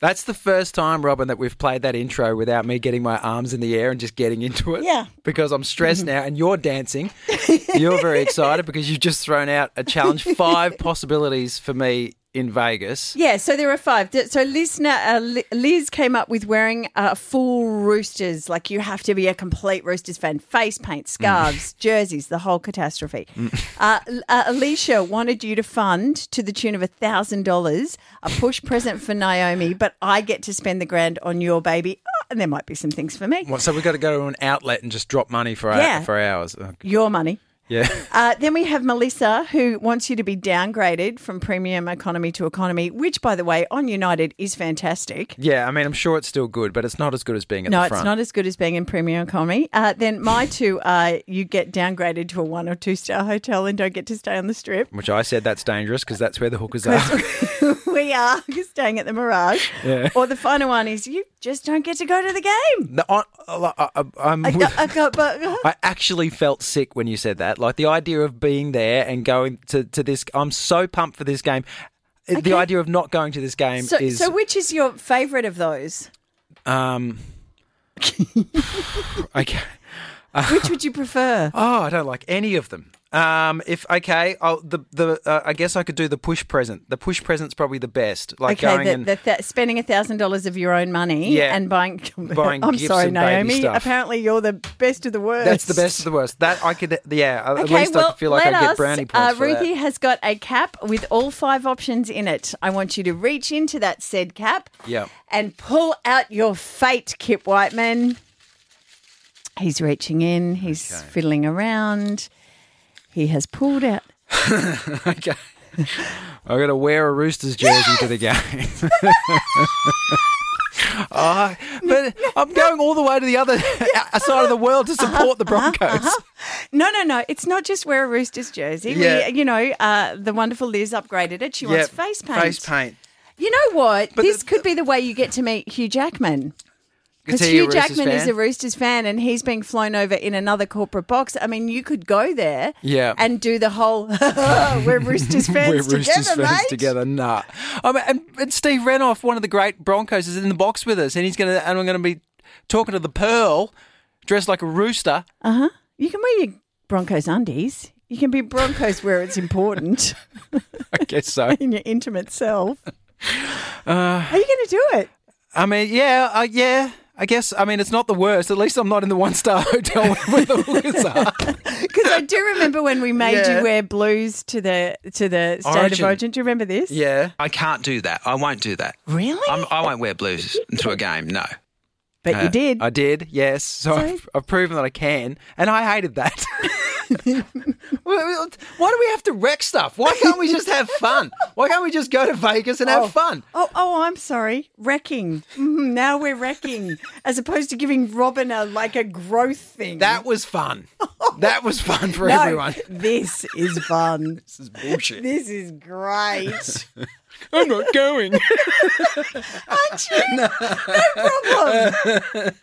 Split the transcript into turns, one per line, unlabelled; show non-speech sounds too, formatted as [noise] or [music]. That's the first time, Robin, that we've played that intro without me getting my arms in the air and just getting into it.
Yeah. Mm-hmm.
Because I'm stressed now and you're
[laughs]
dancing. You're very excited because you've just thrown out a
[laughs]
challenge, five possibilities for me in Vegas.
Yeah, so there are five. So listener, uh, Li- Liz came up with wearing uh, full roosters. Like you have to be a complete roosters fan. Face paint, scarves, jerseys, the whole catastrophe. Uh, L- uh, Alicia wanted you to fund to the tune of a thousand dollars a push present for Naomi, but I get to spend the grand on your baby, Oh, and there might be some things for me.
Well, so we've got to go to an outlet and just drop money for,
Yeah.
our, for hours. Oh,
Your money.
Yeah. [laughs]
Uh, then we have Melissa, who wants you to be downgraded from premium economy to economy, which, by the way, on United is fantastic.
Yeah, I mean, I'm sure it's still good, but it's not as good as being at
No,
the
it's
front.
not as good as being in premium economy. Uh, then my two are you get downgraded to a one or two star hotel and don't get to stay on the strip. [laughs]
Which I said that's dangerous because that's where the hookers are.
we are [laughs] staying at the Mirage. Or the final one is you just don't get to go to the game.
No, I, I, I, uh, I'm
I
with-
go- I go- but-
[laughs] I actually felt sick when you said that. Like the idea of being there and going to, to this, I'm so pumped for this game. The idea of not going to this game
[laughs] so,
is
so which is your favourite of those? [laughs]
um. okay.
Which would you prefer?
Oh, I don't like any of them. Um, if okay, I'll, the the uh, I guess I could do the push present. The push present's probably the best. [laughs] Like
Okay,
going
the,
and
the th- spending a thousand dollars of your own money
Yeah.
and buying. [laughs]
Buying
I'm
gifts
sorry,
and baby
Naomi.
stuff.
Apparently, you're the best of the worst.
that's the best of the worst. That I could, yeah. At
Okay,
least
well,
I could feel like
let
I
us.
get brownie points
uh,
for that.
Ruthie has got a cap with all five options in it. I want you to reach into that said cap,
Yeah.
and pull out your fate, Kip Whiteman. He's reaching in. He's fiddling around. He has pulled out.
Okay. [laughs] I gotta wear a Roosters jersey to the game. [laughs] Ah, but I'm going all the way to the other [laughs] side of the world to
Uh-huh,
support the Broncos. [laughs]
No, no, no. It's not just wear a Roosters jersey.
Yeah.
We, you know, uh, the wonderful Liz upgraded it. She wants face paint.
Face paint.
You know what?
But
this
the-
could be the way you get to meet Hugh Jackman.
Is
Because
he a
Hugh
Roosters
Jackman is
fan?
a Roosters fan and he's being flown over in another corporate box. I mean, you could go there
Yeah.
and do the whole, [laughs]
[laughs]
we're Roosters fans
We're
together,
Roosters fans
mate."
together. Nah. I mean, and, and Steve Renoff, one of the great Broncos, is in the box with us, and he's gonna and I'm gonna be talking to the Pearl, dressed like a
[laughs]
rooster.
You can wear your Broncos undies. You can be Broncos where
[laughs]
it's important
I guess so.
in your intimate self.
Uh,
Are you going to do it?
I mean, yeah, uh, yeah. I guess. I mean, it's not the worst. At least I'm not in the one star [laughs] hotel where the hookers are.
Because I do remember when we
[laughs]
made
Yeah.
you wear blues to the to the state
Origin.
of origin. Do you remember this?
Yeah.
I can't do that. I won't do that.
Really?
I'm, I won't wear blues to a game. No.
but you did.
Uh, I did, yes. So
Sorry?
I've, I've proven that I can, and I hated that. [laughs] Why do we have to wreck stuff? Why can't we just have fun? Why can't we just go to Vegas and have fun?
Oh, oh, I'm sorry. Wrecking. Mm, now we're wrecking, as opposed to giving Robin a like a growth thing.
That was fun. That was fun for
No,
everyone.
This is fun.
This is bullshit.
this
[laughs]
is great.
I'm not going.
Aren't you? No problem.